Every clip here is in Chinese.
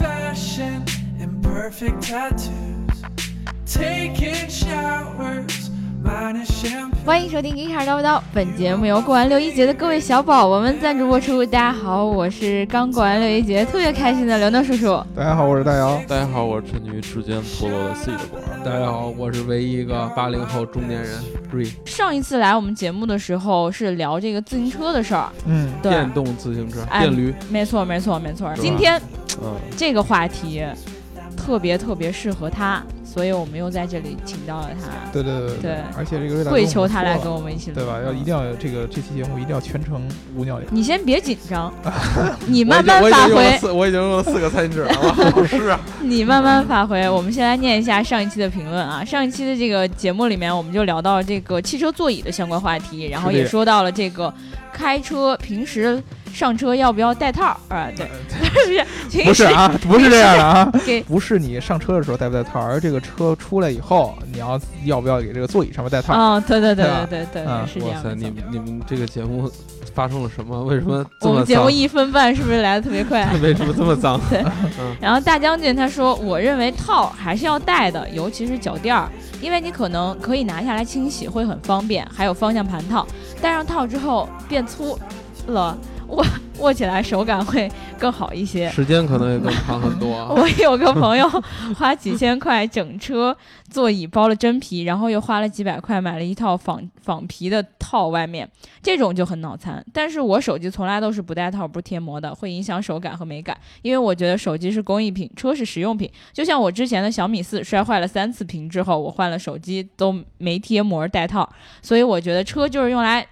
perfection, imperfect tattoos, taking showers, mine is shampoo. 欢迎收听《一叉叨不叨》，本节目由过完六一节的各位小宝宝们赞助播出。大家好，我是刚过完六一节特别开心的刘能叔叔。大家好，我是大 姚。大家好，我是沉迷于之间脱落的 C 的果儿。大家好，我是唯一一个八零后中年人瑞，上一次来我们节目的时候是聊这个自行车的事儿，嗯，对，电动自行车、哎电驴，没错，没错，没错。吧今天嗯，这个话题特别特别适合他，所以我们又在这里请到了他，对对对对而且这个瑞达跪求他来跟跟我们一起我们说了录对吧？要一定要这个这期节目一定要全程无 尿点。你先别紧张，你我已慢经慢我已发经用了挥，四，我已经用了四个餐巾纸了。老 师啊，你慢慢发挥。我们先来念一下上一期的评论啊，上一期的这个节目里面，我们就聊到这个汽车座椅的相关话题，然后也说到了这个开车平时上车要不要戴套儿啊？ 对，不是，不平是时啊，不是这样的啊给，不是你上车的时候戴不戴套，而这个车出来以后，你要要不要给这个座椅上面戴套？啊嗯，对对对对吧对对对嗯对，是这哇样塞，的。你们你们这个节目发生了什么？为什么这我么们节脏目？一分半是不是来的特别快？ 啊为什么这么脏？然后大将军他说：“我认为套还是要戴的，尤其是脚垫儿，因为你可能可以拿下来清洗，会很方便。还有方向盘套，戴上套之后变粗了，握握起来手感会更好一些。”时间可能也更长很 多啊。我有个朋友花几千块整车座椅包了真皮，然后又花了几百块买了一套仿仿皮的套，外面这种就很脑残。但是我手机从来都是不带套不贴膜的，会影响手感和美感，因为我觉得手机是工艺品，车是实用品。就像我之前的小米四摔坏了三次屏之后，我换了手机都没贴膜带套，所以我觉得车就是用来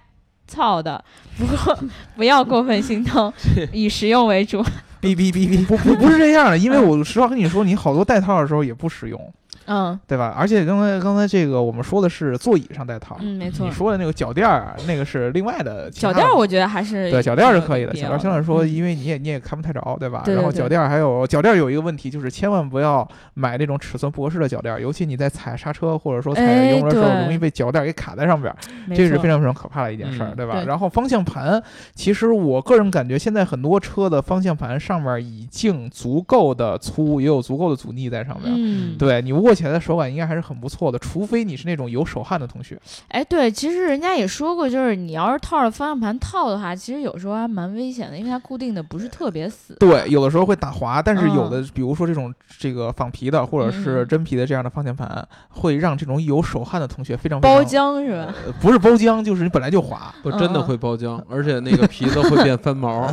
操的，不过不要过分心疼， 以实用为主。哔嗯哔哔 哔，不不不是这样的，因 为我实话跟你说，你好多戴套的时候也不实用，嗯对吧？而且刚才刚才这个我们说的是座椅上戴套，嗯，没错你。说的那个脚垫儿，那个是另外的其他脚的。垫儿我觉得还是对，脚垫儿是可以的。挺有脚垫儿相对来说，必要的因为你也你也看不太着，对吧？啊嗯对对然后对脚垫儿还有脚垫儿有一个问题，就是千万不要买那种尺寸不合适的脚垫儿，尤其你在踩刹车或者说踩哎油门的时候，对容易被脚垫儿给卡在上边儿，嗯没这是错非常非常可怕的一件事儿，嗯对吧？对然后方向盘，其实我个人感觉现在很多车的方向盘上面已经足够的粗，也有足够的阻尼在上面。嗯，对你握起来的手感应该还是很不错的，除非你是那种有手汗的同学。哎，对，其实人家也说过，就是你要是套着方向盘套的话，其实有时候还蛮危险的，因为它固定的不是特别死。对，有的时候会打滑，但是有嗯的，比如说这种这个仿皮的或者是嗯真皮的这样的方向盘，会让这种有手汗的同学非常非常包浆是吧？ 呃不是包浆，就是你本来就滑。我真的会包浆，而且那个皮子会变 翻毛。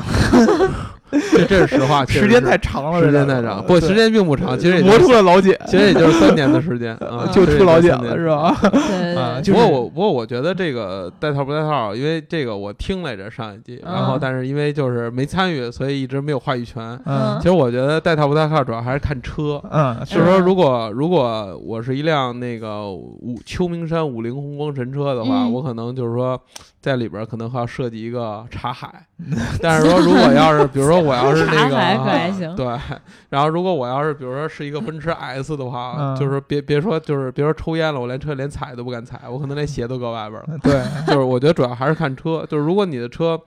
这这是实话，确实时间是太长了，时这间个太长，不，对时间并不长，其实也就磨出了老茧，其实也就是三年的时间 啊，就其实也出老就茧三了年是？ 吧？对对啊对， 就不是过我不过我觉得这个带套不带套，因为这个我听来着上一季，啊嗯然后但是因为就是没参与，所以一直没有话语权。嗯其实我觉得带套不带套主要还是看车，嗯，就是说如果如果我是一辆那个五秋名山五菱宏光神车的话，嗯我可能就是说在里边儿可能还要设计一个 茶海，但是说如果要是比如说我要是那个茶海可还行对，然后如果我要是比如说是一个奔驰 S 的话，嗯就是别别说就是别说抽烟了，我连车连踩都不敢踩，我可能连鞋都搁外边了。 对，就是我觉得主要还是看车，就是如果你的车。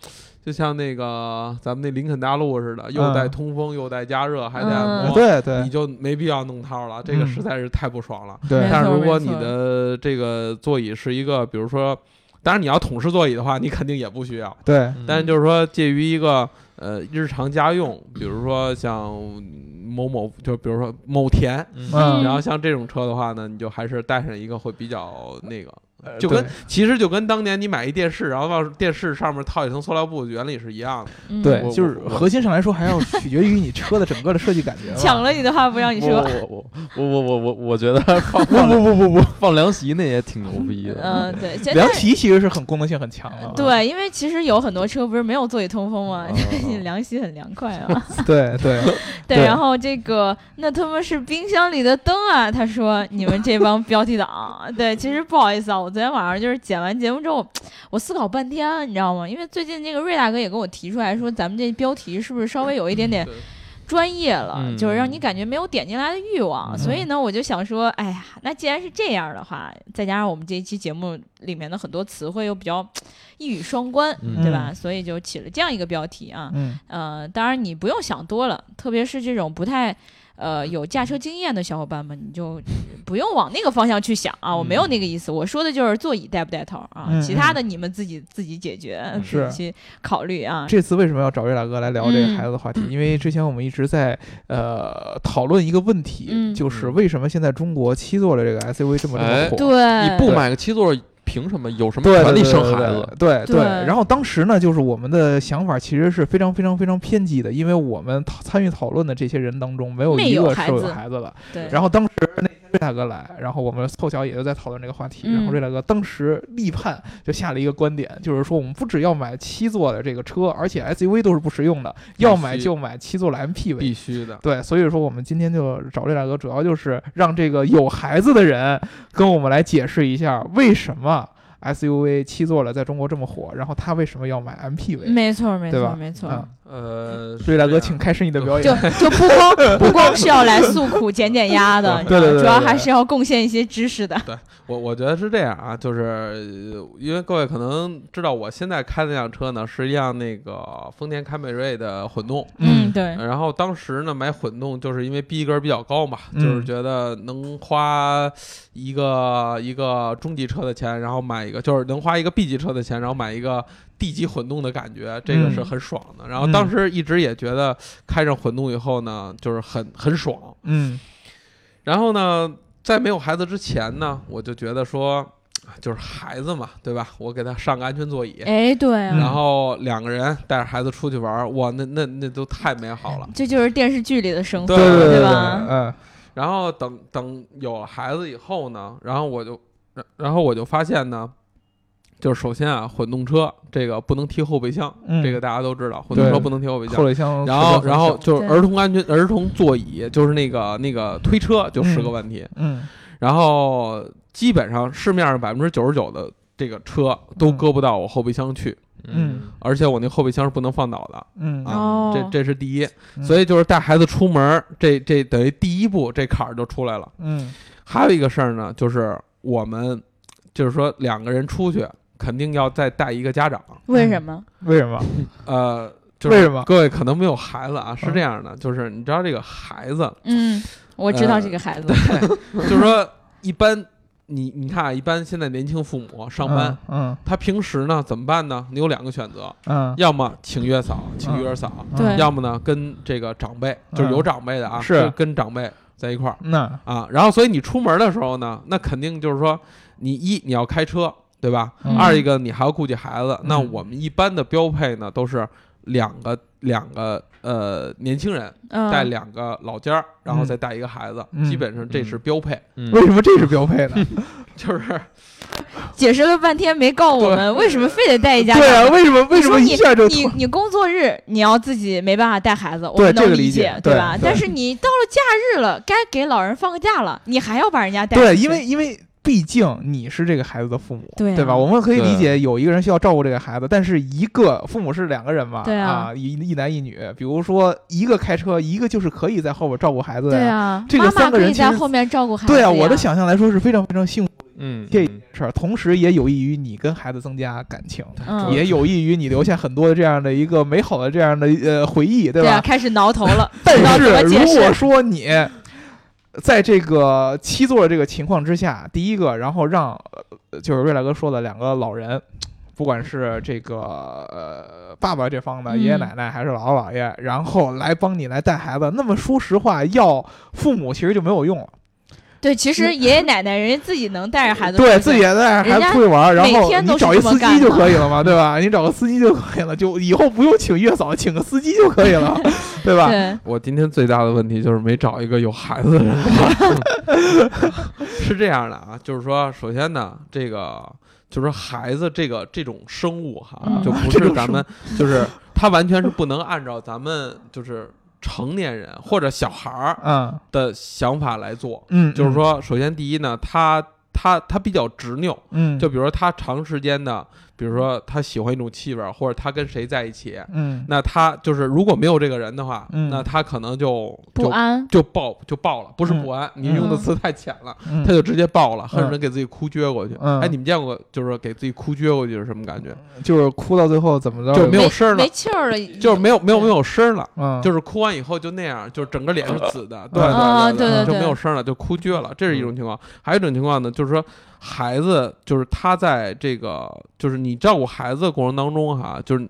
就像那个咱们那林肯大陆似的，又带嗯通风，又带加热，还带嗯按摩，对你对就没必要弄套了，这个嗯实在是太不爽了。没对错但是如果没你错的这个座椅是一个，比如说，当然你要桶式座椅的话，你肯定也不需要。对，嗯但是就是说，介于一个呃日常家用，比如说像某某，就比如说某田，啊嗯然后像这种车的话呢，你就还是带上一个会比较那个。呃就跟对其实就跟当年你买一电视，然后往电视上面套一层塑料布，原理是一样的。嗯对，我就是我核心上来说，还要取决于你车的整个的设计感 觉吧。抢了你的话不让你我说。我我我我我我觉得 放不不不不不，放凉席那也挺牛逼的。嗯， 对，现在凉啊皮其实是很功能性很强的。对，因为其实有很多车不是没有座椅通风吗？哦 凉席很凉快啊。对对，对，对然后这个那他妈是冰箱里的灯啊！他说你们这帮标题党， 对，其实不好意思啊，我昨天晚上就是剪完节目之后，我思考半天，你知道吗？因为最近这个瑞大哥也跟我提出来说，咱们这标题是不是稍微有一点点对专业了，嗯就是让你感觉没有点进来的欲望。所以呢，我就想说，哎呀，那既然是这样的话，再加上我们这一期节目里面的很多词汇又比较一语双关，嗯对吧？所以就起了这样一个标题啊。嗯呃，当然你不用想多了，特别是这种不太呃有驾车经验的小伙伴们，你就不用往那个方向去想啊，我没有那个意思，我说的就是座椅带不带头啊，嗯其他的你们自己自己解决，自是己去考虑啊。这次为什么要找瑞大哥来聊这个嗯孩子的话题？因为之前我们一直在呃讨论一个问题，嗯就是为什么现在中国七座的这个 SUV 这么这么哎呃火？对，你不买个七座，凭什么？有什么对，权利对生孩子？？对对对对然后当时呢，就是我们的想法其实是非常非常非常偏激的，因为我们讨参与讨论的这些人当中，没有没一有个孩是有子孩子的。对，然后当时那天瑞大哥来，然后我们凑巧也就在讨论这个话题。然嗯后瑞大哥当时力判就下了一个观点，就是说我们不只要买七座的这个车，而且 SUV 都是不实用的，要买必须就买七座的 MPV 必。须的。对，所以说我们今天就找瑞大哥，主要就是让这个有孩子的人跟我们来解释一下为什么 SUV 七座的在中国这么火，然后他为什么要买 MPV。没错没对错吧没错，啊呃，瑞大哥，是这请样开始你的表就演。就不 光不光是要来诉苦减减压的，对对对对主要对还是要贡献一些知识的。我我觉得是这样啊，就是呃因为各位可能知道，我现在开的那辆车呢是一辆那个丰田凯美瑞的混动。嗯，对，然后当时呢，买混动就是因为逼格比较高嘛，嗯就是觉得能花一个一个中级车的钱，然后买一个就是能花一个 B 级车的钱，然后买一个 D 级混动的感觉，这个是很爽的。然后当时一直也觉得开上混动以后呢，就是很很爽。嗯然后呢，在没有孩子之前呢，我就觉得说，啊就是孩子嘛，对吧？我给他上个安全座椅。哎，对嗯啊，然后两个人带着孩子出去玩儿，哇，那那那都太美好了。这就是电视剧里的生活，对对对，吧？嗯然后等等有了孩子以后呢，然后我就，然然后我就发现呢，就是首先啊，混动车这个不能提后备箱，嗯，这个大家都知道，混动车对不能提后备后箱。备箱特别然好后笑，，然后就是对儿童安全、儿童座椅，就是那个那个推车，就是个问题。嗯然后基本上市面上百分之九十九的这个车都嗯搁不到我后备箱去，嗯而且我那后备箱是不能放倒的。嗯啊哦，这这是第一，嗯所以就是带孩子出门儿，这这等于第一步这坎儿就出来了。嗯还有一个事儿呢，就是我们就是说两个人出去，肯定要再带一个家长。为什么？为什么？呃，就为什是么？嗯各位可能没有孩子啊，是这样的，就是你知道这个孩子，嗯，我知道呃这个孩子，就是说一般你你看啊，一般现在年轻父母上班，嗯，他平时呢怎么办呢？你有两个选择，嗯要么请月嫂，请月嫂，嗯，对要么呢跟这个长辈，嗯就是有长辈的啊，是就跟长辈在一块儿那啊。然后所以你出门的时候呢，那肯定就是说你一你要开车，对吧？嗯二一个你还要顾及孩子。那嗯我们一般的标配呢，都是两个两个呃年轻人带嗯，两个老家儿，然后再带一个孩子，嗯基本上这是标配， 嗯为什么这是标配呢？就是解释了半天没告我们为什么非得带一家对长啊，为什么为什么你一下就你你工作日你要自己没办法带孩子，我对们这能个理理解对对吧？对但是你到了假日了，该给老人放个假了，你还要把人家带出去。对？因为因为毕竟你是这个孩子的父母，对啊吧？我们可以理对解有一个人需要照顾这个孩子，但是一个父母是两个人嘛，对啊啊，一一男一女，比如说一个开车，一个就是可以在后边照顾孩子的呀。啊这个妈妈三个可人以其在实后面照顾孩子呀。对啊，我的想象来说是非常非常幸福嗯，这的事儿，同时也有益于你跟孩子增加感情，嗯也有益于你留下很多这样的一个美好的这样的呃回忆，对对吧？啊，开始挠头了， 但不知道怎么是解如果释。说你在这个七座的这个情况之下，第一个，然后让呃就是瑞来哥说的两个老人，不管是这个呃爸爸这方的嗯爷爷奶奶还是姥姥姥爷，然后来帮你来带孩子，那么说实话，要父母其实就没有用了，对，其实爷爷奶奶人家自己能带着孩子出去，对自己也带着孩人子家出去玩，然每后天你都是找一这么司机干就的可以 了嘛，对吧？你找个司机就可以了，就以后不用请月嫂，请个司机就可以 了，对吧？对，我今天最大的问题就是没找一个有孩子的人。 是这样的啊，就是说，首先呢，这个就是说孩子这个这种生物哈，嗯就不这种是咱们，就是他完全是不能按照咱们就是成年人或者小孩儿嗯的想法来做。嗯，就是嗯，说，首先第一呢，他他他比较执拗，嗯，就比如说他长时间的，比如说他喜欢一种气味儿，或者他跟谁在一起，嗯那他就是如果没有这个人的话，嗯那他可能就不就安，就爆就爆了，不是不安，你用的嗯词太浅了，嗯他就直接爆了，恨不嗯得给自己哭撅过去。嗯哎，你们见过就是给自己哭撅过去是什么感觉？嗯就是哭到最后怎么着就没有没声儿了没气儿了，就是没有没有没有声儿了。嗯就是哭完以后就那样，就是整个脸是紫的，对啊对对对就对没有声儿了，就哭撅了，这是一嗯种情况。还有一种情况呢，就是说孩子，就是他在这个，就是你照顾孩子的过程当中哈，就是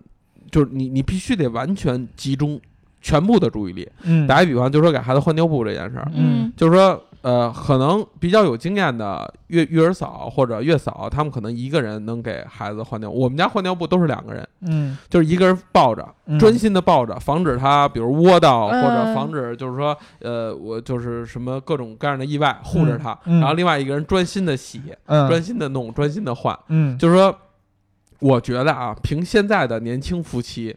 就是你你必须得完全集中全部的注意力。嗯打一比方，就说给孩子换尿布这件事儿，嗯就是说，呃，可能比较有经验的月育儿嫂或者月嫂，他们可能一个人能给孩子换尿布。我们家换尿布都是两个人，嗯就是一个人抱着，嗯专心的抱着，防止他比如窝到，或嗯者防止就是说，呃，我就是什么各种各样的意外护着他。嗯嗯然后另外一个人专心的洗，嗯专心的弄，专心的换。嗯就是说，我觉得啊，凭现在的年轻夫妻，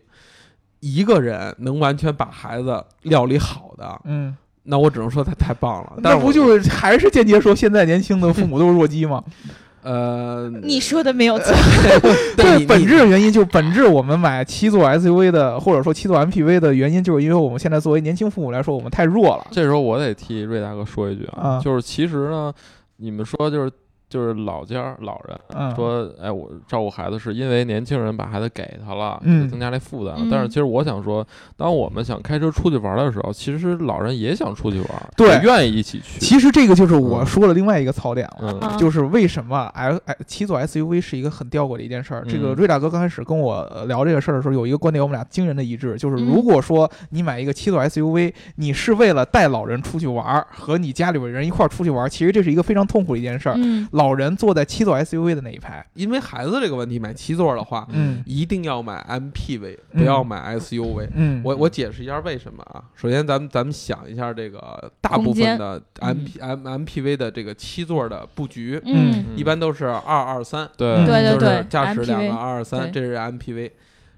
一个人能完全把孩子料理好的，嗯，那我只能说他太棒了。但那不是就是还是间接说现在年轻的父母都是弱鸡吗？我呃， 你说的没有 错，对对，本质的原因就是本质，我们买七座 SUV 的或者说七座 MPV 的原因，就是因为我们现在作为年轻父母来说，我们太弱了。这时候我得替瑞大哥说一句啊，啊就是其实呢，你们说就是就是老家儿老人。嗯，说，哎，我照顾孩子是因为年轻人把孩子给他了，嗯就增加这负担了。嗯但是其实我想说，当我们想开车出去玩的时候，其实老人也想出去玩，对也愿意一起去。其实这个就是嗯我说的另外一个槽点了。嗯啊就是为什么 L 哎七座 SUV 是一个很吊诡的一件事儿？这个嗯瑞大哥刚开始跟我呃聊这个事儿的时候，有一个观点我们俩惊人的一致，就是嗯如果说你买一个七座 SUV，你是为了带老人出去玩儿，和你家里边人一块儿出去玩儿，其实这是一个非常痛苦的一件事儿。嗯老人坐在七座 SUV 的那一排，因为孩子这个问题，买七座的话，嗯一定要买 MPV，嗯不要买 SUV。嗯，我我解释一下为什么啊？首先咱，们咱们想一下这个大部空分间的 M 嗯 P M M P V 的这个七座的布局，嗯嗯一般都是二二三，对嗯对对就是对，驾驶两个 MPV 二二三，对这是 M P V。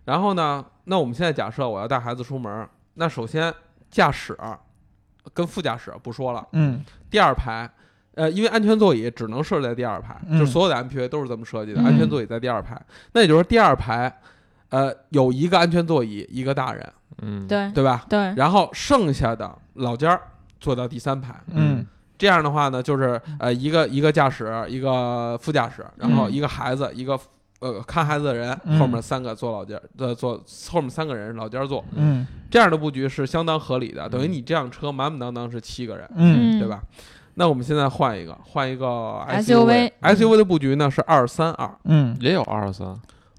然后呢，那我们现在假设我要带孩子出门，那首先驾驶跟副驾驶不说了，嗯第二排。呃，因为安全座椅只能设置在第二排，嗯就是所有的 MPV 都是这么设计的，嗯安全座椅在第二排。那也就是说，第二排，呃，有一个安全座椅，一个大人，嗯，对对吧？对，然后剩下的老家儿坐到第三排。嗯这样的话呢，就是呃，一个一个驾驶，一个副驾驶，然后嗯一个孩子，一个呃看孩子的人，嗯后面三个坐老家儿，呃，坐后面三个人老家儿坐，嗯这样的布局是相当合理的。嗯等于你这辆车满满当当是七个人，嗯对吧？那我们现在换一个，换一个 SUV SUV 的布局呢是二三二，嗯也有二三，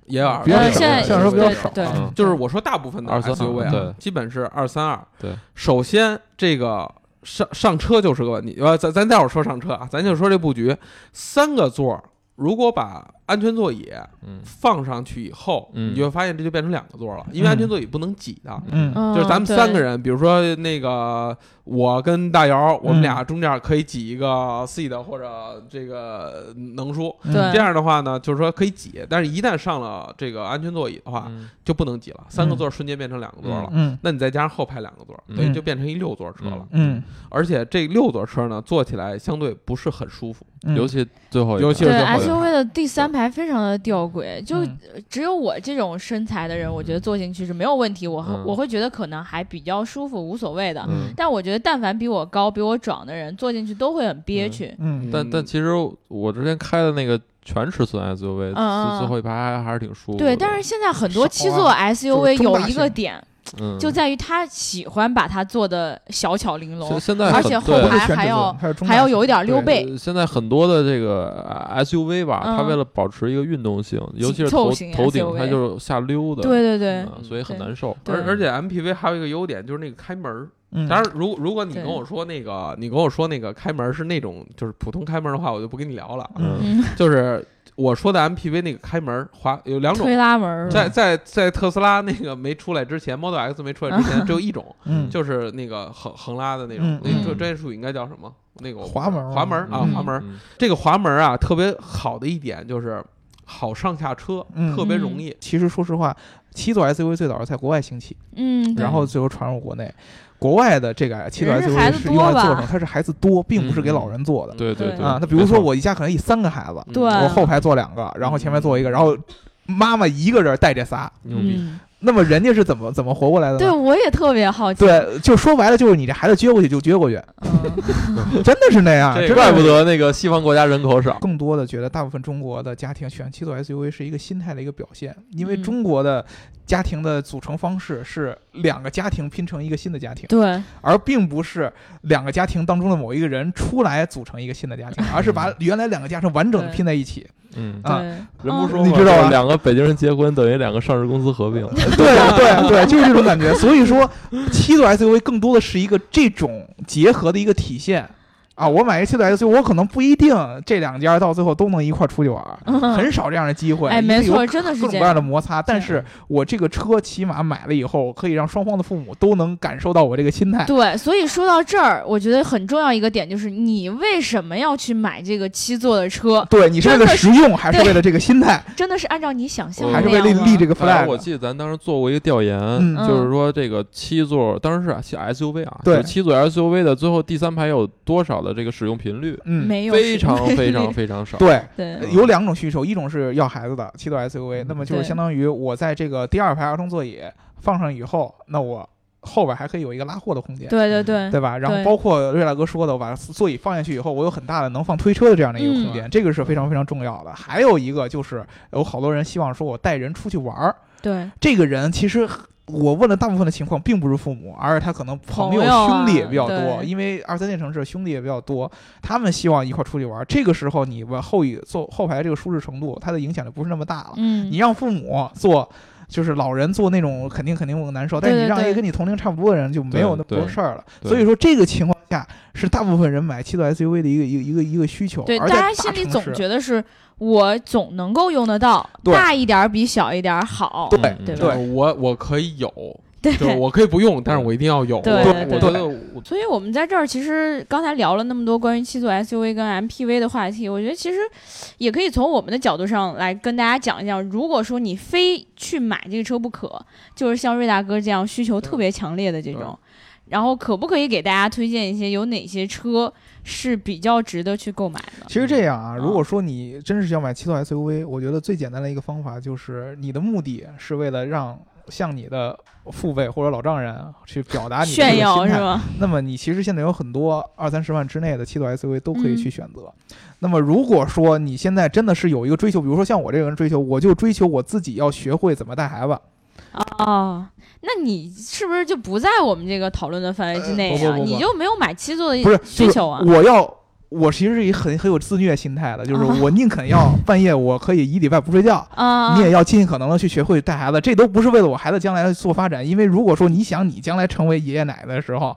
也有二比较呃，少现在相对来说比较对少对，嗯就是我说大部分的23 SUV 啊对，基本是二三二。对，首先这个上上车就是个问题，呃，咱咱待会儿说上车啊，咱就说这布局，三个座儿，如果把安全座椅嗯放上去以后，嗯你就会发现这就变成两个座儿了，因为嗯安全座椅不能挤的。嗯嗯就是咱们对三个人，比如说那个我跟大姚，我们嗯俩中间可以挤一嗯个 C 的或者这个能叔，嗯对这样的话呢，就是说可以挤，但是一旦上了这个安全座椅的话，嗯就不能挤了，三个座儿瞬间变成两个座儿了。嗯那你再加上后排两个座儿，嗯等于就变成一六座车了。嗯，而且这六座车呢，坐起来相对不是很舒服。嗯嗯尤其最后一个，尤其是对最后一个 SUV 的第三排非常的吊诡，就嗯只有我这种身材的人，我觉得坐进去是没有问题，我会嗯我会觉得可能还比较舒服，无所谓的。嗯但我觉得，但凡比我高、比我壮的人坐进去都会很憋屈。嗯但但其实我之前开的那个全尺寸 SUV，嗯嗯最最后一排还还是挺舒服的。对，但是现在很多七少座啊 SUV 就是中有大一个型点，嗯就在于他喜欢把它做的小巧玲珑现，现在而很且后对排还有还要有一点溜背，呃现在很多的这个呃 SUV 吧，嗯它为了保持一个运动性，尤其是紧凑头型头顶 SUV 它就是下溜的，对对对，嗯所以很对难受。对而而且 MPV 还有一个优点就是那个开门儿。当嗯然，如如果你对跟我说那个，你跟我说那个开门儿是那种就是普通开门儿的话，我就不跟你聊了。嗯嗯，就是我说的 MPV 那个开门儿滑有两种推，拉门儿在在在特斯拉那个没出来之前，Model X 没出来之前，只有一种，嗯就是那个横横拉的那嗯种，那个嗯专专业术语应该叫什么？那个我不滑知道门儿滑门儿啊，嗯滑门儿。嗯这个滑门儿啊，特别好的一点就是好上下车，嗯特别容易。其实说实话，七座 SUV 最早是在国外兴起，嗯，对然后最后传入国内。国外的这个七座人是孩 SUV 子是用来多吧做成，它是孩子多，并不是给嗯老人做的对对对对啊。那比如说没错我一家可能一三个孩子，嗯对我后排坐两个，然后前面坐一个，然后妈妈一个人带这仨，牛逼，嗯，那么人家是怎么怎么活过来的对，呢？我也特别好奇。，对，就说白了就是你这孩子撅过去就撅过去，嗯，真的是那样。这真的怪是不得那个西方国家人口少。更多的觉得大部分中国的家庭选七座 SUV 是一个心态的一个表现，因为嗯中国的家庭的组成方式是两个家庭拼成一个新的家庭， 对，而并不是两个家庭当中的某一个人出来组成一个新的家 庭，而是把原来两个家庭完整的拼在一起。嗯，啊对，人不嗯说嘛你知道吧就是两个北京人结婚等于两个上市公司 合并。对对对，就是这种感觉。所以说，七座 SUV 更多的是一个这种结合的一个体现。啊，我买一七座 SUV，我可能不一定这两家到最后都能一块儿出 去玩儿，嗯很少这样的机会。哎，因为没有错，真的是各这种各样样。的摩擦，但是我这个车起码买了以后，可以让双方的父母都能感受到我这个心态。对，所以说到这儿，我觉得很重要一个点就是，你为什么要去买这个七座的车？对，你是为了真的是实用，还是为了这个心 态，真的是按照你想象的还是那为样了吗立这个哎嗯我 flag？记得咱当时做过一个调研，嗯就是说这个七座，当时是啊七 SUV 啊，对就是七座 SUV 的最后第三排有多少的这个使用频率？嗯，没有非是常没非常有 非常少。对。 对，有两种需求，一种是要孩子的七座嗯 SUV，那么就是对相当于我在这个第二排儿童座椅放上以后，那我后边还可以有一个拉货的空间，对对对，对吧？然后对包括瑞大哥说的，我把座椅放下去以后，我有很大的能放推车的这样的一个嗯空间，这个是非常非常重要的。还有一个就是有好多人希望说我带人出去玩儿，对这个人其实我问了大部分的情况，并不是父母，而是他可能朋友、朋友啊兄弟也比较多，对因为二三线城市兄弟也比较多，他们希望一块儿出去玩。这个时候你往后椅坐后排这个舒适程度，它的影响就不是那么大了。嗯你，让父母坐。就是老人坐那种肯定肯定会难受，但是对对你让一个对跟你同龄差不多的人就没有那么对多对事儿了。对所以说这个情况下是大部分人买七座 SUV 的一个一个一个一个需求。对，而大在家大心里城总市觉得是我总能够用得到，对大一点儿比小一点儿好。对嗯对吧就是我我可以 有，对就是我可以不用，但是我一定要有。对我对我对觉得我所以我们在这儿其实刚才聊了那么多关于七座 SUV 跟 MPV 的话题，我觉得其实也可以从我们的角度上来跟大家讲一讲，如果说你非去买这个车不可，就是像瑞大哥这样需求特别强烈的这种，然后可不可以给大家推荐一些有哪些车是比较值得去购买的？其实这样啊，嗯如果说你真是要买七座 SUV，我觉得最简单的一个方法就是你的目的是为了让像你的父辈或者老丈人啊去表达你的炫这个耀心是态？吗？那么你其实现在有很多二三十万之内的七座 SUV 都可以嗯去选择。那么如果说你现在真的是有一个追求，比如说像我这个人追求，我就追求我自己要学会怎么带孩子。哦，那你是不是就不在我们这个讨论的范围呃之内不啊？不不不你就没有买七座不的是就需是求啊？我要。我其实是一很很有自虐心态的，就是啊我宁肯要半夜我可以一礼拜不睡觉，啊，你也要尽可能的去学会带孩子，这都不是为了我孩子将来做发展，因为如果说你想你将来成为爷爷奶奶的时候，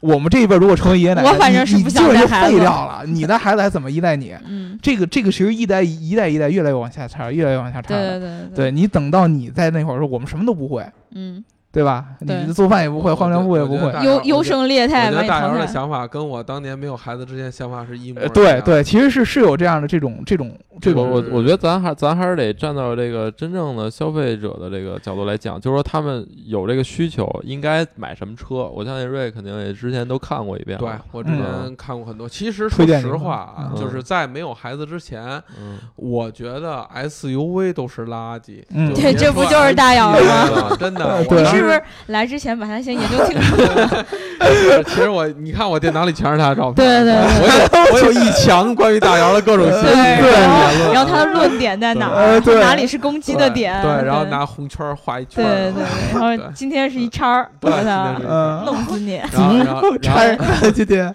我们这一辈如果成为爷爷奶奶，我反正是你不你想基本就带孩废子掉了，你的孩子还怎么依赖你？嗯，这个这个其实一代一代一代越来越往下差，越来越往下差对对了。对对对你等到你在那会儿说我们什么都不会，嗯，对吧？对你做饭也不会，我换尿布也不我觉会得。大姚优优胜劣汰觉把得你大姚淘的汰。想法跟我当年没有孩子之前想法是一模一呃，样。对，对，其实是是有这样的这种这种这我种我我觉得咱还咱还是得站到这个真正的消费者的这个角度来讲，就是说他们有这个需求，应该买什么车。我相信瑞肯定也之前都看过一遍对嗯了。我之前看过很多。其实推说荐实你话啊，嗯就是在没有孩子之前，嗯，我觉得 SUV 都是垃圾。嗯就对别这不说就是大姚 SUV 吗了 真的，对我你当时是不是来之前把他先研究清 楚？其实我，你看我电脑里全是他的照片。对对对我有我有一墙关于大姚的各种信息。对言然后论然后他的论点在哪呃儿？对哪里是攻击的点？对，然后拿红圈儿画一圈儿。对对对，然后对今天是一叉儿，我对今天操是，嗯，弄死 你！然后，然后，然后拆今天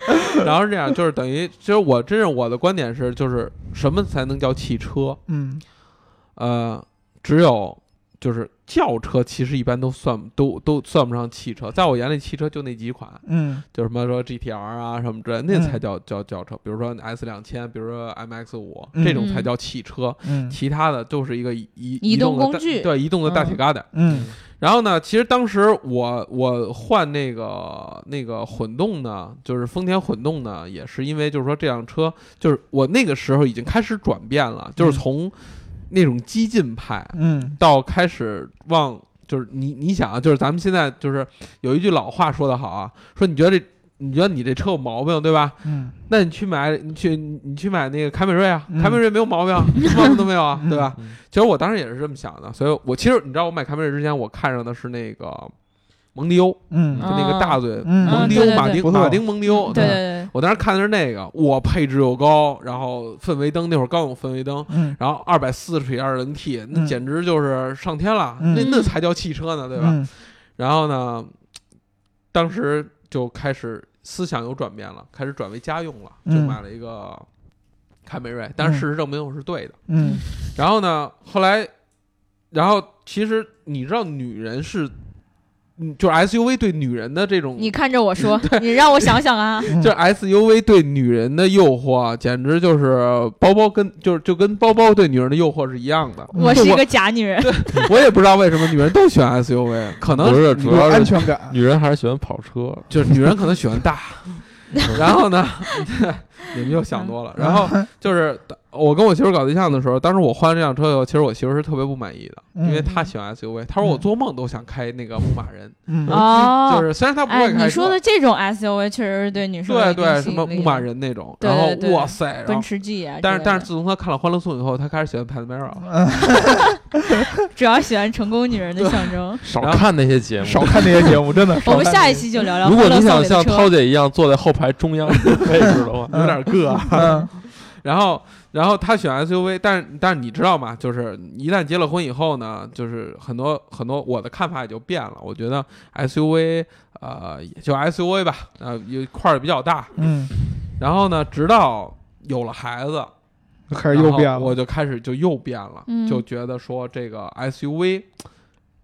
然后是这样，就是等于，其实我真是我的观点是，就是什么才能叫汽车？嗯呃，只有就是轿车，其实一般都算都都算不上汽车。在我眼里，汽车就那几款，嗯就什么说 GTR 啊什么之类的，那才嗯叫叫轿车。比如说 S 两千，比如说 MX 五，嗯这种才叫汽车。嗯其他的就是一个移移移动动的工大具对移动的大铁疙瘩。嗯然后呢，其实当时我我换那个那个混动呢，就是丰田混动呢，也是因为就是说这辆车，就是我那个时候已经开始转变了，就是从那种激进派嗯到开始往，就是你你想啊，就是咱们现在就是有一句老话说得好啊，说你觉得这你觉得你这车有毛病，对吧？嗯，那你去买，你去你去买那个凯美瑞啊，嗯凯美瑞没有毛病，什么毛病都没有啊，对吧 嗯？其实我当时也是这么想的，所以我其实你知道，我买凯美瑞之前，我看上的是那个蒙迪欧，就嗯啊那个大嘴嗯蒙迪对欧对马对丁不错嗯马丁蒙迪欧，对吧对我当时看的是那个，我配置又高，然后氛围灯那会儿刚有氛围灯，嗯，然后二百四十匹二零 T，那嗯简直就是上天了，嗯那那才叫汽车呢，对吧？嗯？然后呢，当时就开始思想有转变了，开始转为家用了，就嗯买了一个凯美瑞。但是事实证明我是对的。嗯然后呢，后来，然后其实你知道，女人是，嗯，就是 SUV 对女人的这种，对，你看着 我说，你让我想想啊，嗯，就是 SUV 对女人的诱惑啊，简直就是包包跟就是就跟包包对女人的诱惑是一样嗯 的。我是一个假女 人，我也不知道为什么女人都喜欢 SUV，可能不是女主有要是安全感， 女人还是喜欢跑车，就是女人可能喜欢 大，然后呢， 你们又想多了。嗯然后就是我跟我媳妇搞对象的时候，当时我换了这辆车以后，其实我媳妇是特别不满意的，嗯因为她喜欢 SUV，她说嗯我做梦都想开那个牧马人，嗯哦就是虽然她不哎，会开你说车的，这种 SUV 确实是对女生有对一定对，吸什引么力牧马、人那种，对然后对对哇塞，然奔后。驰 G 啊之类的，嗯但是但是自从她看了《欢乐颂》以后，她开始喜欢 Panamera 了。主要喜欢成功女人的象 征。少然后看那些节目。少看这些节 目，真的。我少们看下这一些，期就聊聊如欢果乐你颂想里的像涛车。姐一样坐在后排中央的位置的话 有点硌啊，嗯然后，然后他选 SUV，但是但是你知道吗？就是一旦结了婚以后呢，就是很多很多我的看法也就变了。我觉得 SUV，呃，也就 SUV 吧，呃，有块儿比较大。 嗯，然后呢，直到有了孩子，开始又变嗯然后我了。就开始就又变了，嗯就觉得说这个 SUV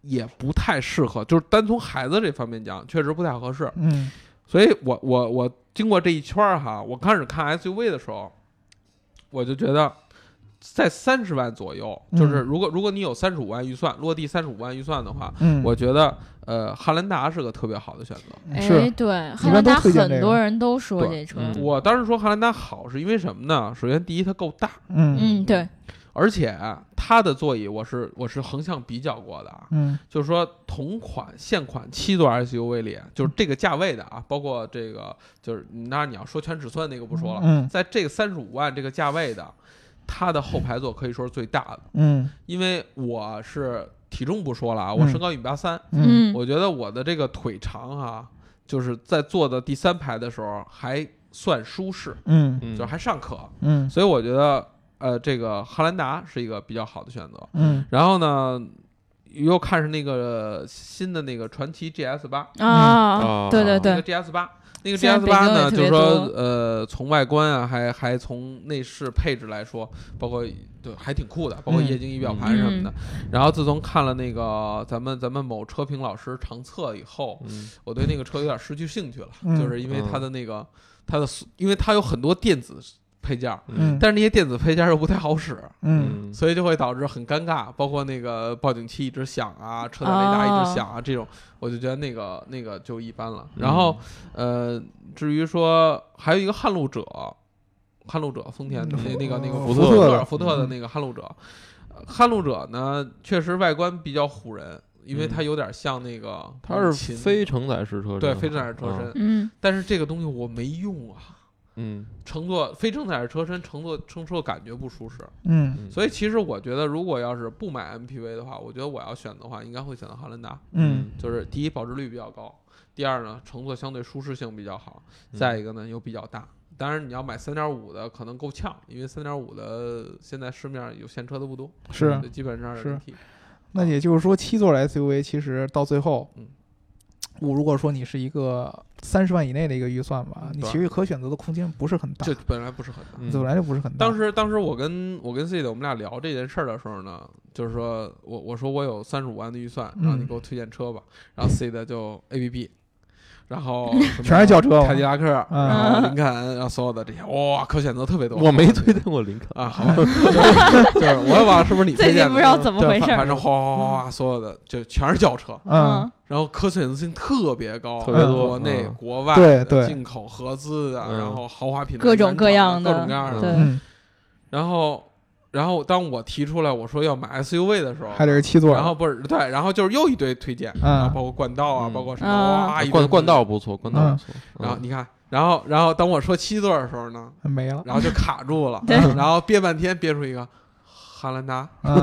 也不太适合，就是单从孩子这方面讲，确实不太合适。嗯所以我我我经过这一圈儿哈，我开始看 SUV 的时候，我就觉得在三十万左右，嗯就是如果如果你有三十五万预算，落地三十五万预算的话，嗯，我觉得呃汉兰达是个特别好的选择。哎，是对，一汉兰般都达推荐这很个多人都说对这车，嗯我当时说汉兰达好是因为什么呢？首先第一它够大，嗯嗯，对，而且它的座椅我是我是横向比较过的啊，嗯就是说同款现款七座 SUV 里，就是这个价位的啊，包括这个就是当然你要说全尺寸那个不说了，嗯在这个三十五万这个价位的，它的后排座可以说是最大的，嗯因为我是体重不说了啊，我嗯身高一米八三，嗯我觉得我的这个腿长啊，就是在坐的第三排的时候还算舒适，嗯就是还尚可，嗯所以我觉得呃，这个汉兰达是一个比较好的选择。嗯然后呢，又看上那个新的那个传奇 GS 八，哦嗯啊，啊，对对对那个 GS 八，那个现在 GS 北八京也呢，特就是别说多呃，从外观啊，还还从内饰配置来说，包括对还挺酷的，包括嗯液晶仪表盘什么的。嗯然后自从看了那个咱们咱们某车评老师长测以后，嗯我对那个车有点失去兴趣了，嗯就是因为它的那个它的，因为它有很多电子配件儿，嗯但是那些电子配件儿又不太好使。嗯所以就会导致很尴尬，包括那个报警器一直响哦啊，车载雷达一直响啊，这种我就觉得那个那个就一般了。嗯然后嗯呃，至于说还有一个撼路者，撼路者丰田的那那个那个福嗯哦福特特的福特的那个撼路者，呃撼路者呢确实外观比较唬人，因为嗯它有点像那个它是琴非承载式车身，对非承载式车身，啊嗯，但是这个东西我没用啊。嗯，乘坐非承载式车身，乘坐乘车感觉不舒适，嗯嗯所以其实我觉得，如果要是不买 MPV 的话，我觉得我要选的话，应该会选择汉兰达。嗯就是第一，保值率比较高；第二呢，乘坐相对舒适性比较好；嗯再一个呢，又比较大。当然，你要买3.5的可能够呛，因为3.5的现在市面上有现车的不多，是就。基本上是 T。那也就是说，七座的 SUV 其实到最后嗯，我如果说你是一个三十万以内的一个预算吧，你对其实可选择的空间不是很大这，本来不是很大。嗯本来就不是很大。当时，当时我跟我跟 C 的我们俩聊这件事儿的时候呢，就是说我我说我有三十五万的预算，然后你嗯给我推荐车吧。然后 C 的就 A P P，然后全是轿车哦嘛凯迪拉克，嗯然后林肯，然后所有的这些，哇，可选择特别多。我没推荐过 林肯，啊，好吧，就是就是我也忘了是不是你推最荐近的，不知道怎么对回事反反儿，正哗哗哗哗，所有的就全是轿车，嗯，然后可选择性特别高，特别多国内、嗯国外、对对进口、合资的，嗯然后豪华品牌各种原厂各样各的种各样的，对嗯然后然后当我提出来我说要买 SUV 的时候，还得是七座，然后不是对，然后就是又一堆推荐，嗯啊，包括冠道啊，嗯包括什么啊哇，一堆冠冠道不错，冠道嗯不错。然后嗯你看，然后然后当我说七座的时候呢，没了，然后就卡住了，对然后憋半天憋出一个汉兰达 嗯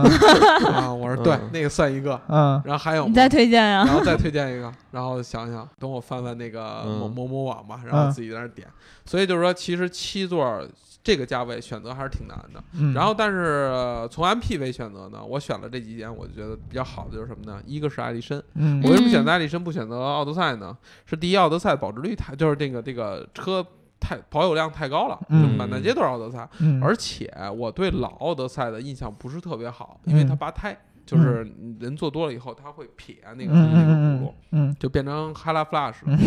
啊，我说对嗯，那个算一个，嗯然后还有你吗再推荐啊呀、然后再推荐一个，然后想想，等我翻翻那个嗯某某某网吧，然嗯后自己在那儿点。所以就是说，其实七座这个价位选择还是挺难的。嗯，然后，但是呃从 MPV 选择呢，我选了这几点，我就觉得比较好的就是什么呢？一个是艾力绅，嗯我为什么选择嗯艾力绅不选择奥德赛呢？是第一，奥德赛保值率太，就是这个这个车太保有量太高了，嗯就满大街都是奥德赛。嗯，而且我对老奥德赛的印象不是特别好，因为它嗯拔胎，就是人坐多了以后，它会撇那个嗯那个嗯轱嗯辘，嗯就变成哈拉 flash 嗯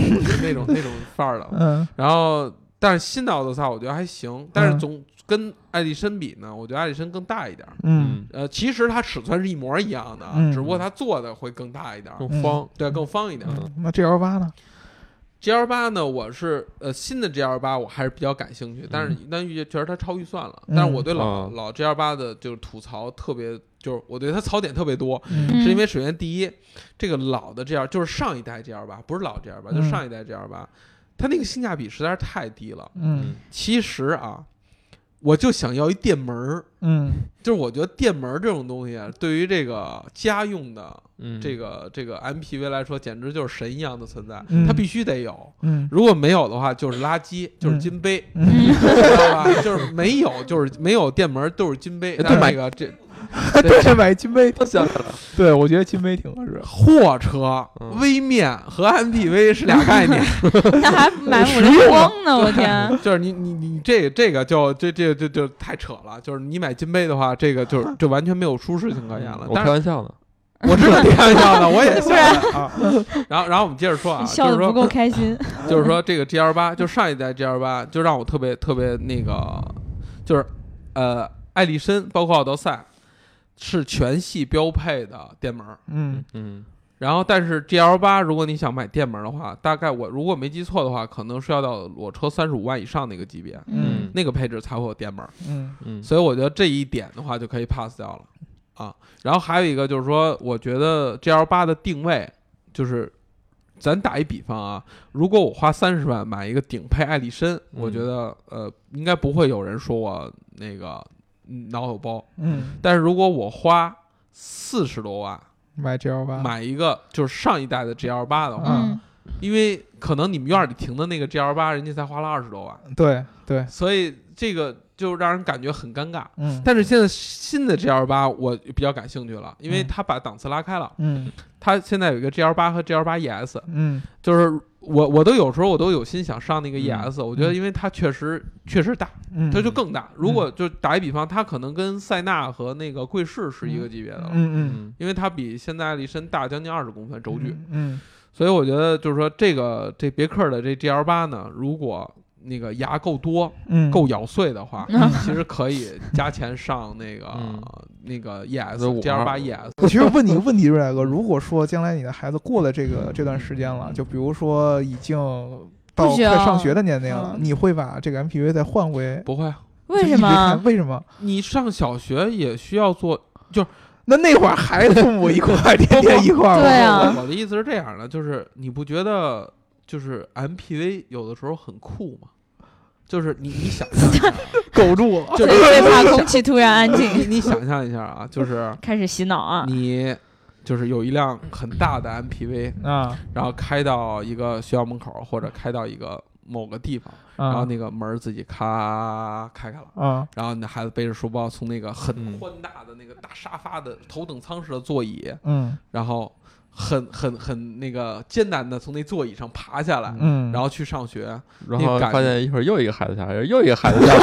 那种那种范儿了。嗯然后，但是新的奥德赛我觉得还行，但嗯是总跟艾力绅比呢，我觉得艾力绅更大一点儿。嗯呃，其实它尺寸是一模一样的，嗯只不过它做的会更大一点儿，更方，对，更方一点儿。嗯，那 G L 八呢？ G L 八呢，我是呃新的 G L 八我还是比较感兴趣，但是但是觉得它超预算了，嗯但是我对老、啊老 G L 八的就是吐槽特别，就是我对它槽点特别多，嗯嗯是因为首先第一，这个老的 G L 就是上一代 G L 八，不是老 G L 八，嗯就是上一代 G L 八，它那个性价比实在是太低了。嗯其实啊，我就想要一电门儿。嗯就是我觉得电门儿这种东西啊，对于这个家用的嗯，这个这个 MPV 来说，简直就是神一样的存在，嗯它必须得有。嗯如果没有的话，就是垃圾，就是金杯，嗯，知道吧？ 就是没有，就是没有电门，都是金杯。哎但是对那个这 对，买金杯，我想起来了，对我觉得金杯挺合适。货车嗯、微面和 MPV 是俩概念，嗯那 还买五菱啊光呢，我天！就是你你你这这个就这这这就太扯了。就是你买金杯的话，这个 就是这完全没有舒适性可言啊了。我但开是玩笑呢。我知道你开玩笑的，我也 不然啊。然后然后我们接着说啊，你就笑是的不够说 开心。就是说这个 G L 八，就上一代 G L 八，就让我特别特别那个，就是呃，艾力绅包括奥德赛是全系标配的电门儿。嗯嗯然后，但是 G L 八，如果你想买电门儿的话，大概我如果没记错的话，可能是要到裸车三十五万以上那个级别，嗯那个配置才会有电门儿。嗯嗯，所以我觉得这一点的话就可以 pass 掉了啊。然后还有一个就是说，我觉得 G L 八的定位就是，咱打一比方啊，如果我花三十万买一个顶配艾力绅，我觉得呃应该不会有人说我那个嗯脑有包。嗯，但是如果我花四十多万买 G L 八，买一个就是上一代的 G L 八的话，嗯嗯，因为可能你们院里停的那个 G L 八，人家才花了二十多万，对对，所以这个就让人感觉很尴尬。嗯但是现在新的 G L 八我比较感兴趣了，因为嗯它把档次拉开了。嗯它现在有一个 G L 八和 G L 八 ES，嗯就是我我都有时候我都有心想上那个嗯 ES，、我觉得因为它确实确实大，嗯，它就更大。如果就打一比方，它可能跟塞纳和那个贵士是一个级别的了。嗯嗯嗯因为它比现在艾力绅大将近二十公分轴距，，嗯所以我觉得就是说这个这别克的这 G L 八呢，如果那个牙够多、嗯够咬碎的话，嗯其实可以加钱上那个、嗯那个五 ES 二 G L 八 ES，我其实问你一个问题，瑞大哥，如果说将来你的孩子过了这个这段时间了，就比如说已经到不快行上学的年龄了，嗯你会把这个 MPV 再换回？不会啊，为就一什直开 么？为什么？你上小学也需要做。 那那会儿孩子父母一块儿，天天一 块儿吗，对啊我的意思是这样的，就是你不觉得就是 MPV 有的时候很酷吗？就是你你想象一下啊，苟住了。就最是最怕空气突然安你静，你想象一下啊，就是 开始洗脑啊！你就是有一辆很大的 MPV，啊然后开到一个学校门口或者开到一个某个地方，然后啊那个门儿自己咔开开了。啊！然后你的孩子背着书包从那个很嗯宽大的那个大沙发的头等舱式的座椅，嗯然后很很很那个艰难的从那座椅上爬下来，嗯，然后去上学。然你后感发现一会儿又一个孩子下来，又一个孩子下来，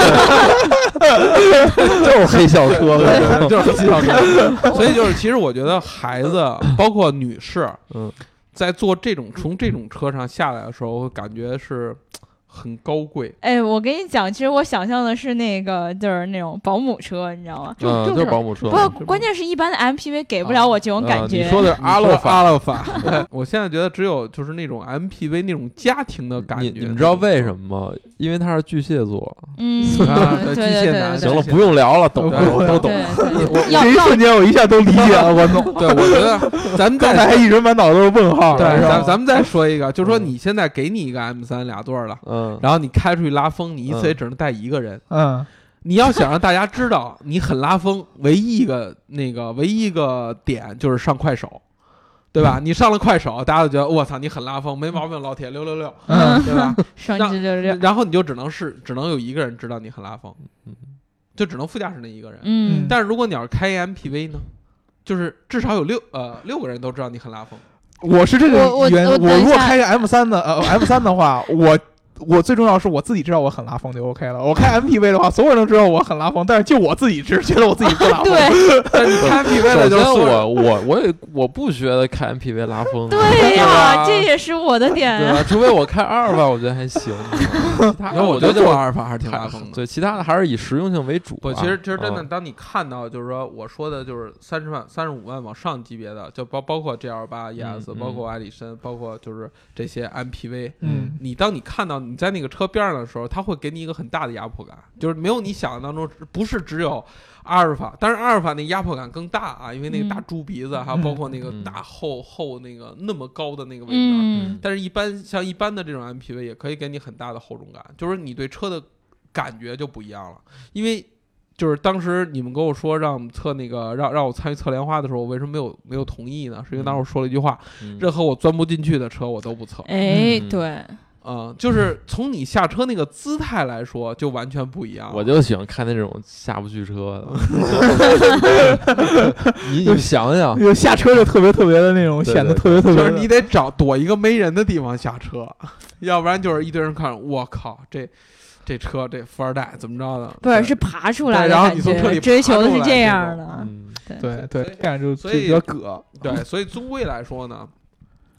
就是黑校车了。 就是骑上嗯车，所以就是其实我觉得孩子包括女士，嗯，在坐这种从这种车上下来的时候，感觉是很高贵，哎，我跟你讲，其实我想象的是那个就是那种保姆车，你知道吗？就嗯，就是保姆车不嘛，过关键是一般的 MPV 给不了我嗯这种感啊觉。你说的是阿洛法，阿勒法，对我现在觉得只有就是那种 MPV 那种家庭的感觉。你你们知道为什么吗？因为他是巨蟹座。嗯，啊对对对对巨蟹对男行对了，对不用聊了，懂对我都懂。对对我要这一瞬间我一下都理 解了，我懂。对，我觉得咱们刚才再还一直满脑子都是问号，啊对，是吧咱咱们再说一个，就说嗯你现在给你一个 M 三俩座儿了，嗯，然后你开出去拉风，你一次也嗯只能带一个人。嗯，你要想让大家知道你很拉风，唯一一个那个唯一一个点就是上快手，对吧？你上了快手，大家都觉得我操你很拉风，没毛病，老铁六六六，嗯对 吧？双让击六六， 然后你就只能是只能有一个人知道你很拉风，就只能副驾驶那一个人。嗯，但是如果你要是开 MPV 呢，就是至少有六呃六个人都知道你很拉风。我是这我我个原，我我等一如果下开个 M 三的呃 M 三的话，我。我最重要是我自己知道我很拉风就 OK 了。我开 MPV 的话，所有人都知道我很拉风，但是就我自己知觉得我自己不拉风。 对 但是开 MPV 首的就是先所有人我我我也我不觉得开 MPV 拉风， 对呀，吧这也是我的点对啊。吧？除非我开阿尔法，我觉得还 行。其他然的后我觉觉得得就做阿尔法还是挺拉风的。对，其他的还是以实用性为主吧。不，其实其实真的，嗯，当你看到就是说我说的就是三十万、三十五万往上级别的，就包包括 GL 八、ES，嗯包括艾力绅，包括就是这些 MPV。嗯，你当你看到你在那个车边上的时候，它会给你一个很大的压迫感，就是没有你想象当中，不是只有阿尔法，当然阿尔法那压迫感更大啊，因为那个大嗯猪鼻子，还有嗯包括那个嗯大后后那个那么高的那个位置，啊嗯，但是，一般像一般的这种 MPV 也可以给你很大的厚重感，就是你对车的感觉就不一样了。因为就是当时你们跟我说让我们测那个让让我参与测莲花的时候，我为什么没有没有同意呢？是因为当时我说了一句话：嗯任何我钻不进去的车我都不测。哎，嗯对，嗯，就是从你下车那个姿态来说，就完全不一样了。我就喜欢开那种下不去车 的。你你想想，就下车就特别特别的那种，对显得对特别特就别是的。你得找躲一个没人的地方下车， 要不然就是一堆人看，我靠，这这车这富二代怎么着的？不是是爬出来对的然后感你从车觉，里追爬求的出是来这这样种啊的。嗯对所对以，干着就所就以比较葛。对，所以终归来说呢，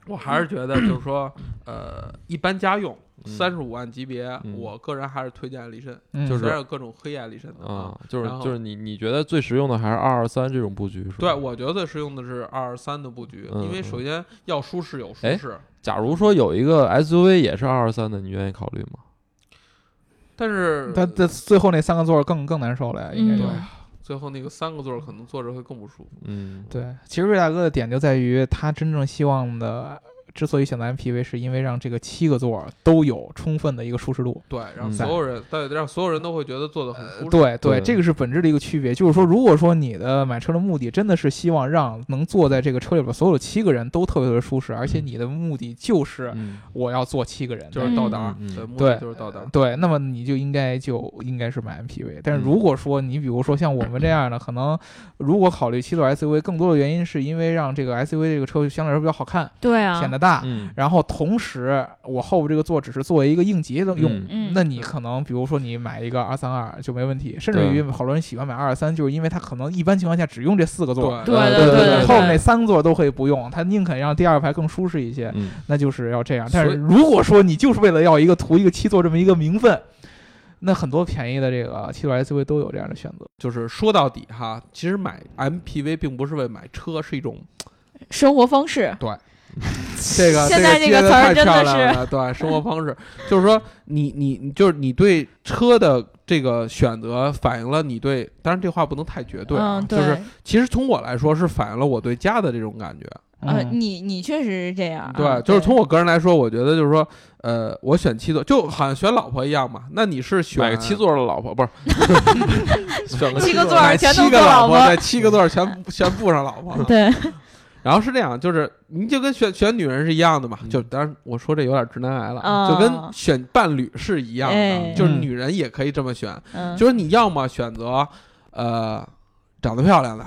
我还是觉 得就是说，呃，一般家用嗯三十五万级别，嗯我个人还是推荐力绅，嗯就是虽然有各种黑爱力绅的啊，，就是然后就是你你觉得最实用的还是二二三这种布局是吧？对，我觉得最实用的是二三的布局，嗯因为首先要舒适有舒哎适，假如说有一个 SUV 也是二二三的，你愿意考虑吗？但是但这最后那三个座儿更更难受了呀，应该嗯就对最后那个三个座儿可能坐着会更不舒服。嗯，对。其实瑞大哥的点就在于他真正希望的。之所以选择 MPV，是因为让这个七个座儿都有充分的一个舒适度。对，让嗯呃所有人，对，让所有人都会觉得坐得很舒适。对对，对这个是本质的一个区别。就是说，如果说你的买车的目的真的是希望让能坐在这个车里边所有七个人都特别特别舒适，而且你的目的就是嗯，我要坐七个人，就是到达，嗯嗯嗯对，目对的就是到达。对，那么你就应该就应该是买 MPV。但是嗯如果说你比如说像我们这样的，可能如果考虑七座 SUV，更多的原因是因为让这个 SUV 这个车相对来说比较好看，对啊显，得大。嗯，然后同时，我后边这个座只是作为一个应急的用。嗯嗯，那你可能，比如说你买一个二三二就没问题，甚至于好多人喜欢买二三，就是因为他可能一般情况下只用这四个座，对呃对对对对，后面那对三个座都可以不用，他宁肯让第二排更舒适一些，嗯，那就是要这样。所以但是如果说你就是为了要一个图一个七座这么一个名分，那很多便宜的这个七座 SUV 都有这样的选择。就是说到底哈，其实买 MPV 并不是为买车，是一种生活方式，这个现在这这个接得词儿太真的漂亮了对生活方式，就是说你你你就是你对车的这个选择反映了你对，当然这话不能太绝对啊，嗯，就是对，其实从我来说是反映了我对家的这种感觉，呃，嗯你你确实是这样啊，对，就是从我个人来说，我觉得就是说，呃，我选七座就好像选老婆一样嘛，那你是选买个七座的老 婆不是，选个七个座买儿七全都个做老婆，婆对，七个座儿全全布上 老婆，对，然后是这样，就是你就跟选选女人是一样的嘛，嗯就当然我说这有点直男癌了，啊就跟选伴侣是一样的，哎就是女人也可以这么选，嗯，就是你要么选择呃长得漂亮的，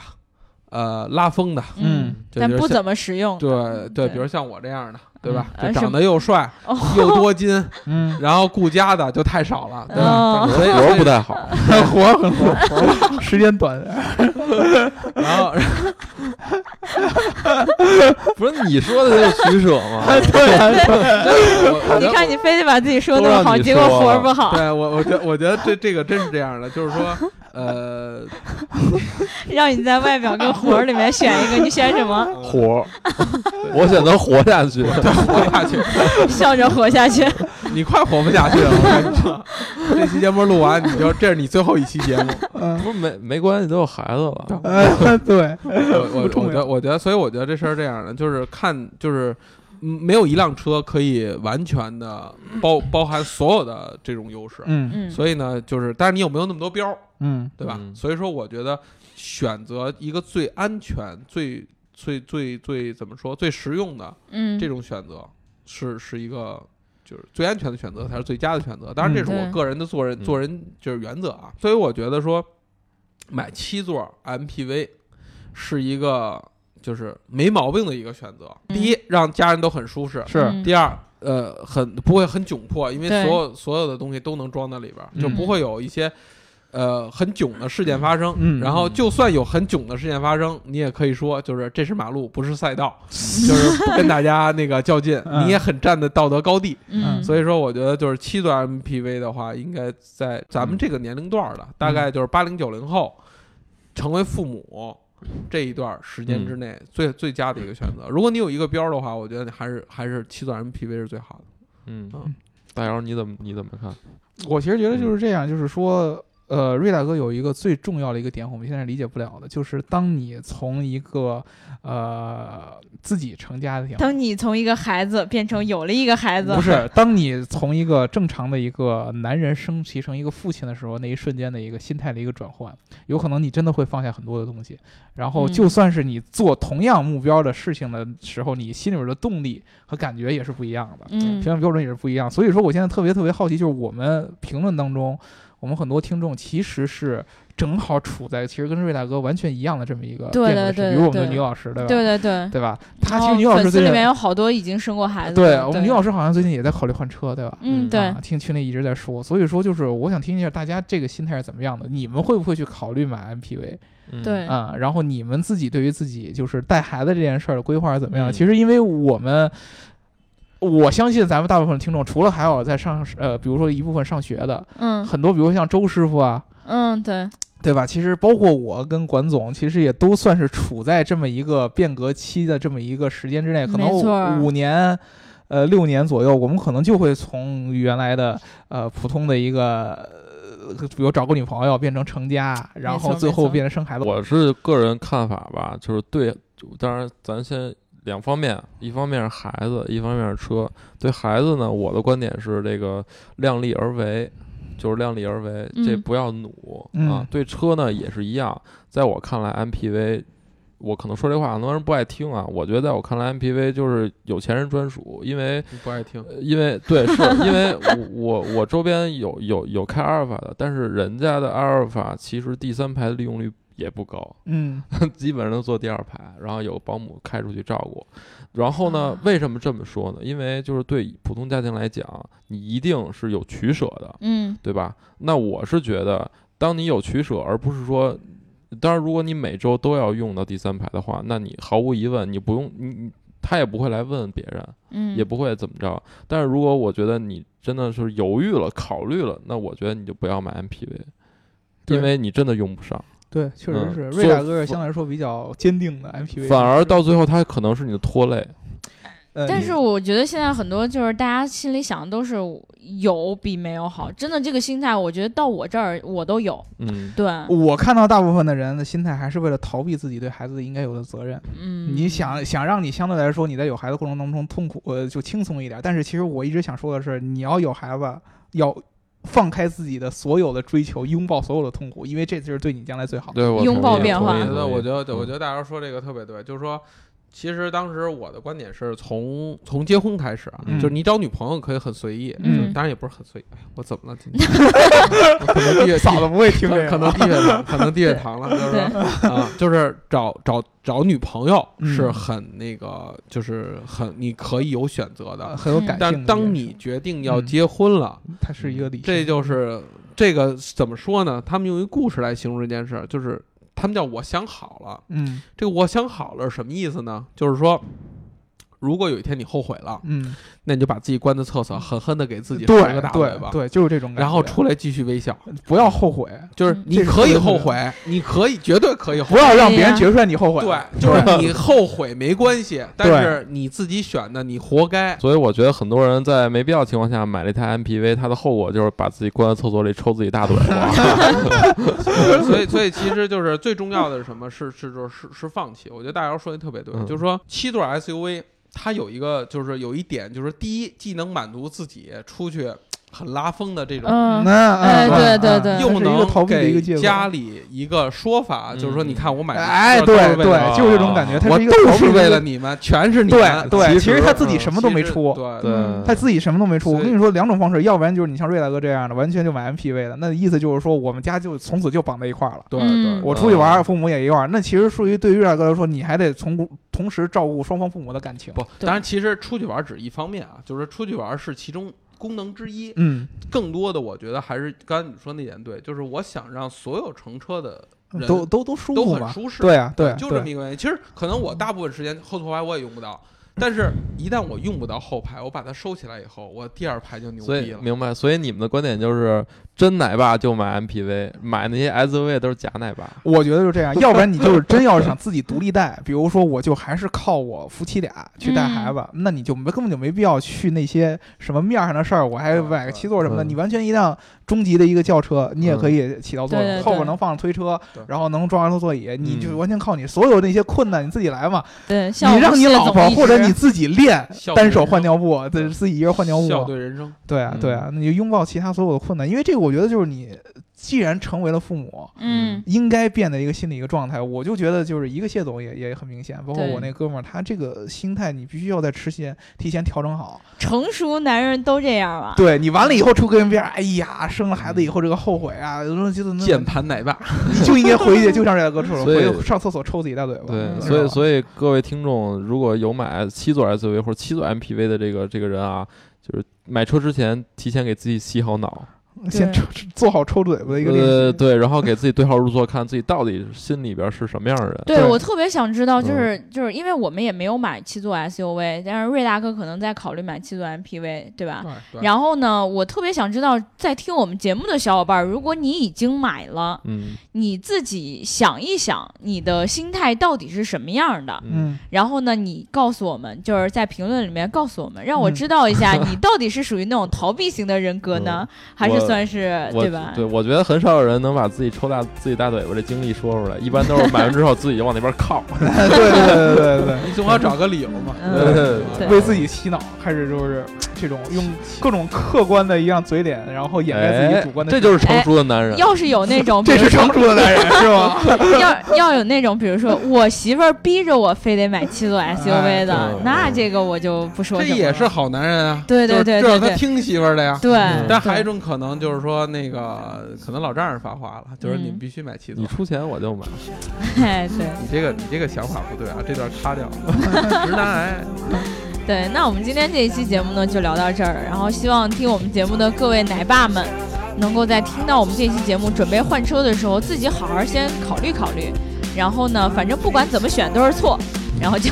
呃拉风的，嗯，就但就是不像怎么实用的，对对，对比如像我这样的，对吧？嗯就呃长得又帅哦又多金， 嗯，然后顾家的就太少了，对吧？哦所以活儿不太好， 很 活很活，活时间短，嗯然后 不是你说的就是取舍吗？ 对啊，我我你觉得看你非得把自己说那么都让好，你结果说活儿了不好，对我我觉得我觉得这这个真是这样的，就是说，呃， 让你在外表跟活儿里面选一个，你选什 么？活儿，我选择活下去。 活下去，笑着活下去。你快活不下去了。我跟你 说，这期节目录完，你就这是你最后一期节目。嗯， 不是没没关系，都有孩子了。呃对，我我不重我要觉得我觉得，所以我觉得这事儿这样的，就是看就是。嗯没有一辆车可以完全的包 包含所有的这种优势，嗯嗯，所以呢，就是但是你有没有那么多标儿，嗯对吧？嗯所以说，我觉得选择一个最安全、最最最最怎么说最实用的嗯，这种选择是是一个就是最安全的选择，才是最佳的选择。当然，这是嗯我对个人的做人嗯做人就是原则啊。所以我觉得说，买七座 MPV 是一个就是没毛病的一个选择。嗯第一，让家人都很舒适；是，嗯第二，呃，很不会很窘迫，因为对所有所有的东西都能装到里边儿，就嗯不会有一些。呃，很囧的事件发生，嗯然后就算有很囧的事件发生，你也可以说，就是这是马路，不是赛道，就是不跟大家那个较劲，嗯你也很站的道德高地。嗯，所以说，我觉得就是七座 MPV 的话，应该在咱嗯们这个年龄段儿的，大概就是八零九零后成为父母这一段时间嗯之内最、最佳的一个选择。如果你有一个标儿的话，我觉得你还是还是七座 MPV 是最好的。嗯嗯，大姚你怎么你怎么看？我其实觉得就是这样，就是说。呃，瑞大哥有一个最重要的一个点，我们现在理解不了的，就是当你从一个呃自己成家的庭，当你从一个孩子变成有了一个孩子，不是，当你从一个正常的一个男人升级成一个父亲的时候，那一瞬间的一个心态的一个转换，有可能你真的会放下很多的东西。然后，嗯就算是你做同样目标的事情的时候，你心里边的动力和感觉也是不一样的，嗯评，判标准也是不一样。所以说，我现在特别特别好奇，就是我们评论当中，我们很多听众其实是正好处在其实跟瑞大哥完全一样的这么一个对辩论对对时比如我们的对女老师，对吧？对对对。对吧？她然其后实女老师粉丝最里近面有好多已经生过孩子对了，我们女老师好像最近也在考虑换车，对吧？嗯，对啊，，听群里一直在说，所以说就是我想听一下大家这个心态是怎么样的，你们会不会去考虑买 MPV 嗯对啊、然后你们自己对于自己就是带孩子这件事儿的规划是怎么样的？嗯其实因为我们。我相信咱们大部分听众，除了还有在上呃，比如说一部分上学的，嗯很多，比如像周师傅啊，嗯，对，对吧？其实包括我跟管总，其实也都算是处在这么一个变革期的这么一个时间之内，可没错儿能五年。呃，六年左右，我们可能就会从原来的呃普通的一个，呃比如找个女朋友，变成成家，然后没错最后没错变成生孩子。我是个人看法吧，就是对，当然咱先两方面，一方面是孩子，一方面是车。对孩子呢，我的观点是这个量力而为，就是量力而为，嗯这不要努、嗯啊。对车呢也是一样，在我看来，MPV。我可能说这话，很多人不爱听啊。我觉得在我看来，MPV 就是有钱人专属，因为你不爱听，呃因为对，是因为我我我周边有有有开阿尔法的，但是人家的阿尔法其实第三排的利用率也不高， 嗯基本上都坐第二排，然后有保姆开出去照顾。然后呢啊，为什么这么说呢？因为就是对普通家庭来讲，你一定是有取舍的，嗯对吧？那我是觉得，当你有取舍，而不是说。当然，如果你每周都要用到第三排的话，那你毫无疑问，你不用你你他也不会来问别人，嗯，也不会怎么着。但是如果我觉得你真的是犹豫了、考虑了，那我觉得你就不要买 MPV，对因为你真的用不上，对，确实嗯是。所瑞以大哥是相对来说比较坚定的 MPV，反而到最后它可能是你的拖累。呃但你是我觉得现在很多就是大家心里想的都是有比没有好，真的这个心态，我觉得到我这儿我都有。嗯，对，我看到大部分的人的心态还是为了逃避自己对孩子应该有的责任。嗯，你想想让你相对来说你在有孩子过程当中痛苦呃就轻松一点，但是其实我一直想说的是，你要有孩子要放开自己的所有的追求，拥抱所有的痛苦，因为这就是对你将来最好的。对，我拥同抱意变同化意我觉得，同意我觉得，我嗯觉得大家说这个特别对，就是说，其实当时我的观点是从从结婚开始啊，嗯就是你找女朋友可以很随意，嗯就当然也不是很随意。哎，我怎么了？今天我可能地位嫂子不会听这可可个，能地位堂，可能地位堂了，就是说啊，就是找找找女朋友是嗯很那个，就是很你可以有选择的，啊很有嗯呃感性的一但个当人你决定要嗯结婚了，它是一个理性，这就是这个怎么说呢？他们用一故事来形容这件事儿，就是他们叫我想好了。嗯这个我想好了是什么意思呢？就是说，如果有一天你后悔了，嗯，那你就把自己关在厕所，狠狠的给自己对扇个大对嘴巴，对，就是这种感觉。嗯然后出来继续微笑。不要后悔，就是嗯你可以后悔，你可以绝对可以后不要让别对人呀觉出来你后悔。悔，对，就是你后悔没关 系，但是你自己选的，你活该。所以我觉得很多人在没必要情况下买了一台 MPV，它的后果就是把自己关在厕所里抽自己大腿。 所以，所以其实就是最重要的是什么？是是就是是放弃。我觉得大姚说的特别对，嗯就是说七座 SUV 它有一个就是有一点就是第一，既能满足自己出去很拉风的这种。嗯，那哎嗯对嗯对嗯对又这是一个逃能避的一给个借口。家里一个说法，就是说，嗯你看我买这哎，车都对是为了啊对，就是这种感觉，它我是一个逃都避是的为一个了你们，全是你对们。对，其实他他自己什么都没出。对对 嗯他自己什么都没出，我所以跟你说两种方式，要不然就是你像瑞大哥这样的，完全就买 MPV 的，那意思就是说我们家就从此就绑在一块儿了。对嗯对，我出去玩儿，父母也一块儿，那其实属于对于瑞大哥来说，你还得从同时照顾双方父母的感情。不，对当然，其实出去玩只是一方面啊，就是出去玩是其中功能之一，嗯，更多的我觉得还是刚才你说那点对，就是我想让所有乘车的人嗯都都都舒都服很嘛。舒适，对啊，对啊，就对这么一个原因。其实可能我大部分时间后头排我也用不到，但是一旦我用不到后排，我把它收起来以后，我第二排就牛所逼以了。明白，所以你们的观点就是真奶爸就买 MPV，买那些 SUV 都是假奶爸。我觉得就是这样，要不然你就是真要是想自己独立带， 比如说我就还是靠我夫妻俩去带孩子，那你就没根本就没必要去那些什么面儿上的事儿，我还买个七座什么的，嗯你完全一辆中级的一个轿车，你也可以起到作用，对对对后边能放上推车对，然后能装儿童座椅，你就嗯完全靠你所有那些困难你自己来嘛，对，像你让你老婆或者你你自己练效单率手人生换尿布，对，自己一个人换尿布，笑对人生，对啊嗯对啊，你就拥抱其他所有的困难，因为这个我觉得就是你既然成为了父母。嗯应该变的一个心理一个状态。我就觉得就是一个谢总也也很明显，包括对我那哥们儿，他这个心态你必须要在之前提前调整好。成熟男人都这样吧？对你完了以后出跟别人，哎呀，生了孩子以后这个后悔啊，有时候就是那键盘奶爸，你就应该回去，就像这大哥说的，所以回去上厕所抽自己大嘴巴。对，嗯所以以所以各位听众，如果有买七座 SUV 或者七座 MPV 的这个这个人啊，就是买车之前提前给自己洗好脑，先抽做好抽嘴巴的一个练习。呃，对，然后给自己对号入座，看自己到底心里边是什么样的人。对对我特别想知道，就是嗯就是因为我们也没有买七座 SUV，但是瑞大哥可能在考虑买七座 MPV，对嗯吧？ 对对然后呢，我特别想知道，在听我们节目的小伙伴儿，如果你已经买了，嗯你自己想一想，你的心态到底是什么样的？嗯，嗯，然后呢，你告诉我们，就是在评论里面告诉我们，让我嗯知道一 下你到底是属于那种逃避型的人格呢，还是嗯我算是我对哎吧？对，我觉得很少有人能把自己抽大自己大嘴巴这经历说出来，一般都是买完之后自己就往那边 靠。嗯对对对对对你总要找个理由嘛。嗯对对吧对对，为自己洗脑，开始就是这种用各种客观的一样嘴脸，然后掩盖自己主观的哎这情绪。就是成熟的男人。要是有那 种，哎这比如是说成熟的男人是吗？要 要有那种，比如说我媳妇儿逼着我非得买七座 SUV 的，哎对那这个我就不说这什么了。也是好男人啊，对对就是对这对是他对听媳妇儿的呀。对，嗯但还有一对种可能就是说，那个可能老丈人发话了，就是你们必须买七座。你出钱我就买，哎对你这个你这个想法不对啊，这段擦掉。 直男癌，对，那我们今天这一期节目呢就聊到这儿，然后希望听我们节目的各位奶爸们，能够在听到我们这期节目准备换车的时候，自己好好先考虑考虑，然后呢，反正不管怎么选都是错，然后就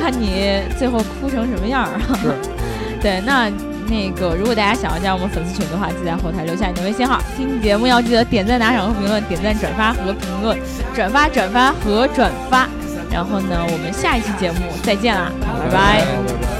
看你最后哭成什么样儿。是， 对，那那个如果大家想要加入我们粉丝群的话，记得在后台留下你的微信号。听节目要记得点赞、打赏和评论，点赞、转发和评论，转发、转发和转发。然后呢，我们下一期节目再见啦，拜拜拜拜。